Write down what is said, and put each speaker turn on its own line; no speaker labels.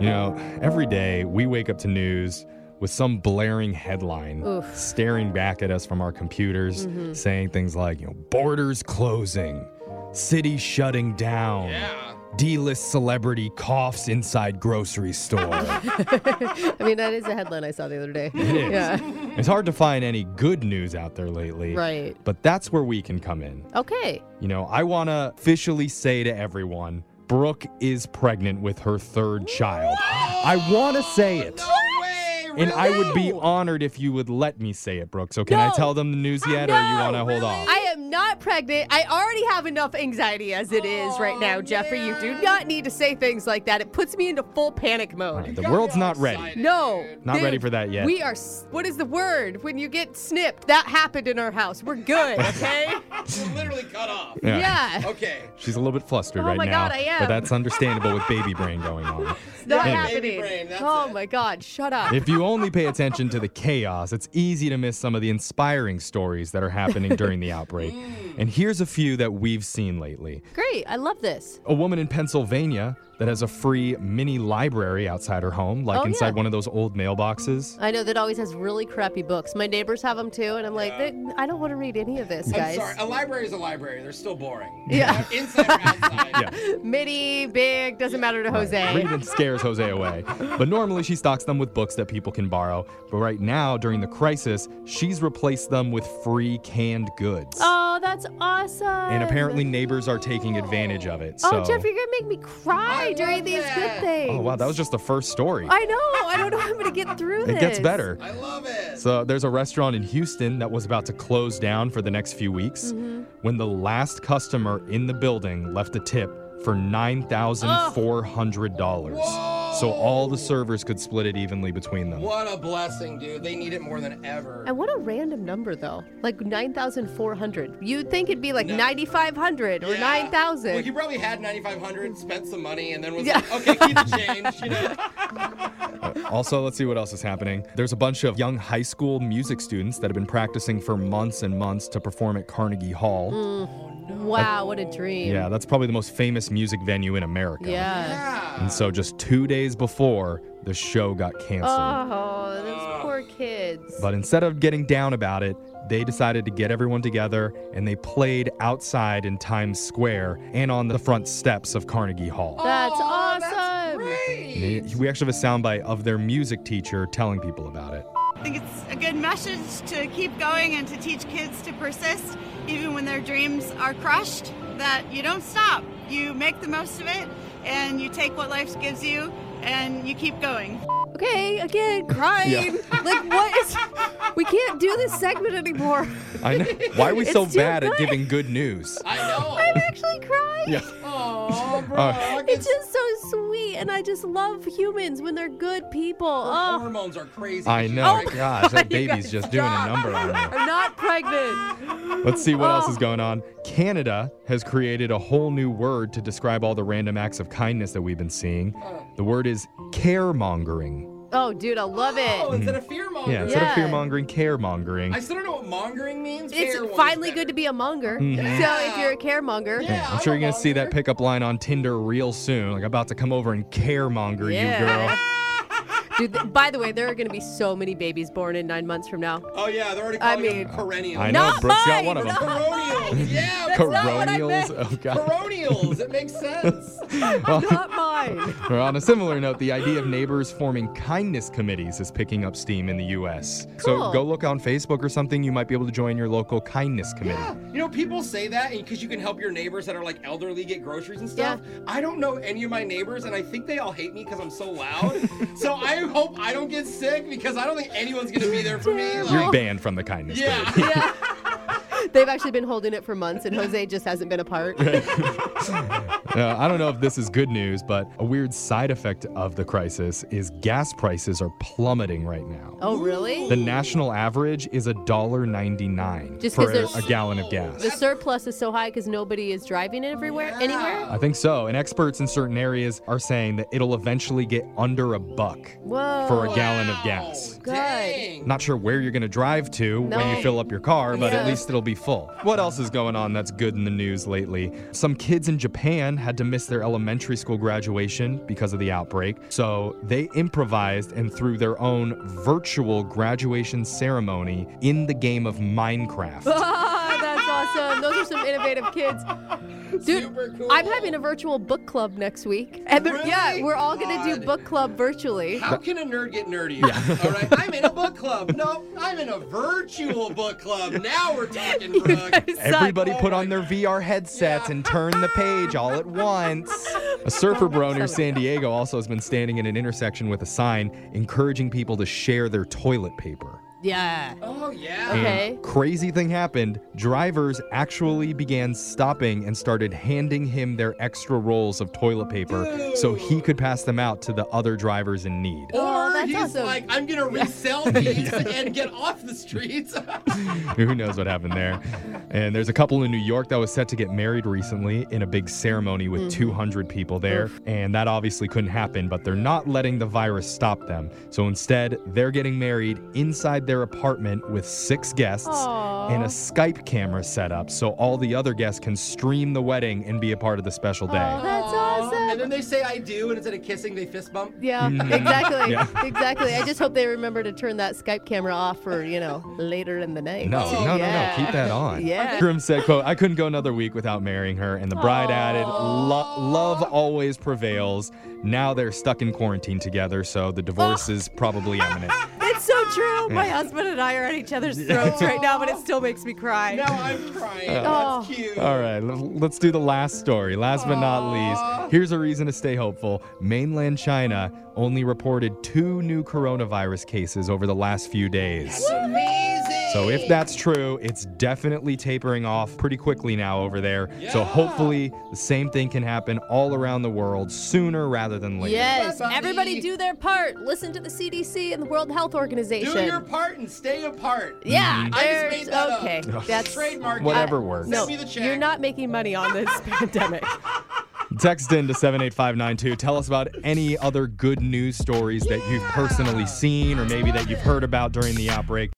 You know, every day we wake up to news with some blaring headline
Oof. Mm-hmm.
staring back at us from our computers saying things like, you know, borders closing, city shutting down. D-list celebrity coughs inside grocery store.
I mean, that is a headline I saw the other day.
It is.
Yeah.
It's hard to find any good news out there lately.
Right.
But that's where we can come in.
Okay.
You know, I want to officially say to everyone Brooke is pregnant with her third child. I want to say it. And I would be honored if you would let me say it, Brooke. So can I
No.
tell them the news yet, or you
No,
want to hold off?
I am not pregnant. I already have enough anxiety as it is right
Oh,
now, Jeffrey. You do not need to say things like that. It puts me into full panic
All
mode.
right, the world's not ready.
No.
Not ready for that yet.
We are, s- what is the word when you get snipped? That happened in our house. We're good, okay?
Literally cut off.
yeah.
Okay.
She's a little bit flustered
Oh
right
my
now.
God, I am.
But that's understandable with baby brain going on.
It's not
Anyway.
happening.
Baby brain, that's
oh
it.
my God, shut up.
If you only pay attention to the chaos, it's easy to miss some of the inspiring stories that are happening during the outbreak. And here's a few that we've seen lately.
Great, I love this.
A woman in Pennsylvania that has a free mini library outside her home, like
Oh, yeah.
inside one of those old mailboxes.
I know that always has really crappy books. My neighbors have them too, and I'm like, "They- I don't want to read any of this,
I'm
guys.
sorry. A library is a library. They're still boring.
Yeah.
Inside or outside.
Uh,
Yeah.
Midi, big, doesn't matter to Jose.
Reading scares Jose away. But normally she stocks them with books that people can borrow. But right now, during the crisis, she's replaced them with free canned goods.
Oh, that's awesome.
And apparently, neighbors are taking advantage of it. so.
Oh, Jeff, you're gonna make me cry during these good things.
Oh, wow, that was just the first story.
I know. I don't know how I'm gonna get through this.
It gets better.
I love it.
So there's a restaurant in Houston that was about to close down for the next few weeks
Mm-hmm.
when the last customer in the building left a tip for $9,400.
Oh.
So all the servers could split it evenly between them.
what a blessing, dude. They need it more than ever.
And what a random number, though. Like 9,400. You'd think it'd be like 9,500 or
Yeah. Well,
9,000.
he probably had 9,500, spent some money, and then was
Yeah.
like, okay, keep the change. You know.
Also, let's see what else is happening. There's a bunch of young high school music students that have been practicing for months and months to perform at Carnegie Hall.
Mm. wow, what a dream.
Yeah, that's probably the most famous music venue in America.
Yeah.
Yeah.
And so just two days before, the show got canceled.
Oh, those poor kids.
But instead of getting down about it, they decided to get everyone together and they played outside in Times Square and on the front steps of Carnegie Hall.
That's
Aw, that's
awesome.
They-
great.
We actually have a soundbite of their music teacher telling people about it.
I think it's a good message to keep going and to teach kids to persist even when their dreams are crushed, that you don't stop. You make the most of it and you take what life gives you and you keep going.
Okay, again, crying. Like, what is. We can't do this segment anymore.
I know. Why are we so
It's too
bad at
good.
giving good news?
I
I'm
know.
actually crying.
Yeah.
Oh, bro.
Uh,
It's just so sweet, and I just love humans when they're good people. Oh,
hormones are crazy.
I know.
Like,
Gosh, that baby's just doing a number on me.
I'm not pregnant.
Let's see what else
Oh.
is going on. Canada has created a whole new word to describe all the random acts of kindness that we've been seeing. The word is caremongering.
Oh, dude, I love
Oh,
it.
instead of fear mongering.
Mm-hmm. Yeah, instead
Yeah.
of fear mongering, caremongering.
I still don't know what mongering means.
It's
Fear one's
finally
better. Mm-hmm.
good to be a monger. So if you're a caremonger,
Yeah.
I'm
I'm
sure
a
you're going to see that
monger.
pickup line on Tinder real soon. Like, about to come over and caremonger
Yeah.
you,
dude. th- by the way, there are going to be so many babies born in nine months from now.
Oh yeah, they're already
I
calling
mean-
them perennial.
girl. I know,
Not
Brooke's got
mine,
one of them.
not-
Coronials. Yeah.
That's not what I meant.
Coronials. Oh, God.
Coronials. It makes sense.
Not mine.
Or on a similar note, the idea of neighbors forming kindness committees is picking up steam in the U.S. So
Cool.
go look on Facebook or something. You might be able to join your local kindness committee.
Yeah. You know, people say that because you can help your neighbors that are like elderly get groceries and stuff. I don't know any of my neighbors, and I think they all hate me because I'm so loud. so I hope I don't get sick because I don't think anyone's gonna be there for me. Like,
You're banned from the kindness
yeah.
committee.
They've actually been holding it for months, and Jose just hasn't been a part.
Uh, I don't know if this is good news, but a weird side effect of the crisis is gas prices are plummeting right now.
Oh, really?
The national average is $1.99
Just 'cause
for
there's-
a gallon of gas.
The surplus is so high because nobody is driving it everywhere, anywhere.
I think so. And experts in certain areas are saying that it'll eventually get under a buck
Whoa.
for a gallon of gas.
Good.
Dang.
Not sure where you're going to drive to when you
No.
fill up your car, but at
Yeah.
least it'll be full. What else is going on that's good in the news lately? Some kids in Japan had to miss their elementary school graduation because of the outbreak, so they improvised and threw their own virtual graduation ceremony in the game of Minecraft.
Ah, that's awesome. Those are some innovative kids. Dude,
Super cool.
I'm having a virtual book club next week. And the-
Really?
Yeah, we're all going to do
God.
book club virtually.
How can a nerd get nerdy? All right, I'm in a book club. No, I'm in a virtual book club. Now we're talking, Brooke.
Guys,
Everybody
Oh
put
my
on their VR headsets and turn the page all at once. A surfer bro near San Diego also has been standing in an intersection with a sign encouraging people to share their toilet paper.
Yeah.
Oh yeah.
And
Okay.
crazy thing happened. Drivers actually began stopping and started handing him their extra rolls of toilet paper so he could pass them out to the other drivers in need.
Or
Oh, that's
he's
awesome.
like, I'm gonna resell these and get off the streets.
Who knows what happened there? And there's a couple in New York that was set to get married recently in a big ceremony with 200 people there. And that obviously couldn't happen, but they're not letting the virus stop them. So instead, they're getting married inside their apartment with six guests
Aw.
and a Skype camera set up so all the other guests can stream the wedding and be a part of the special day.
Oh, that's
and
awesome.
then they say I do, and instead of kissing, they fist bump.
Yeah, exactly. Exactly. I just hope they remember to turn that Skype camera off for, you know, later in the night.
No,
Oh,
no,
yeah.
no, no. Keep that on.
Yeah.
Groom said, quote, I couldn't go another week without marrying her. And the bride added, "Lo- love always prevails. Now they're stuck in quarantine together, so the divorce is probably imminent.
It's so true. My husband and I are at each other's throats right now, but it still makes me cry.
Now I'm crying.
Oh.
That's cute.
All right, l- let's do the last story. Last but not least, here's a reason to stay hopeful. Mainland China only reported two new coronavirus cases over the last few days.
It's amazing.
So if that's true, it's definitely tapering off pretty quickly now over there. So
Yeah.
hopefully the same thing can happen all around the world sooner rather than later.
Yes,
Everybody-
everybody do their part. Listen to the CDC and the World Health
do
Organization.
your part and stay apart.
yeah,
I just
there's-
made that up.
okay. That's
Trademark.
Whatever
that.
works.
No,
Send me the check.
you're not making money on this pandemic.
Text in to 78592. Tell us about any other good news stories that you've personally seen or maybe that you've heard about during the outbreak.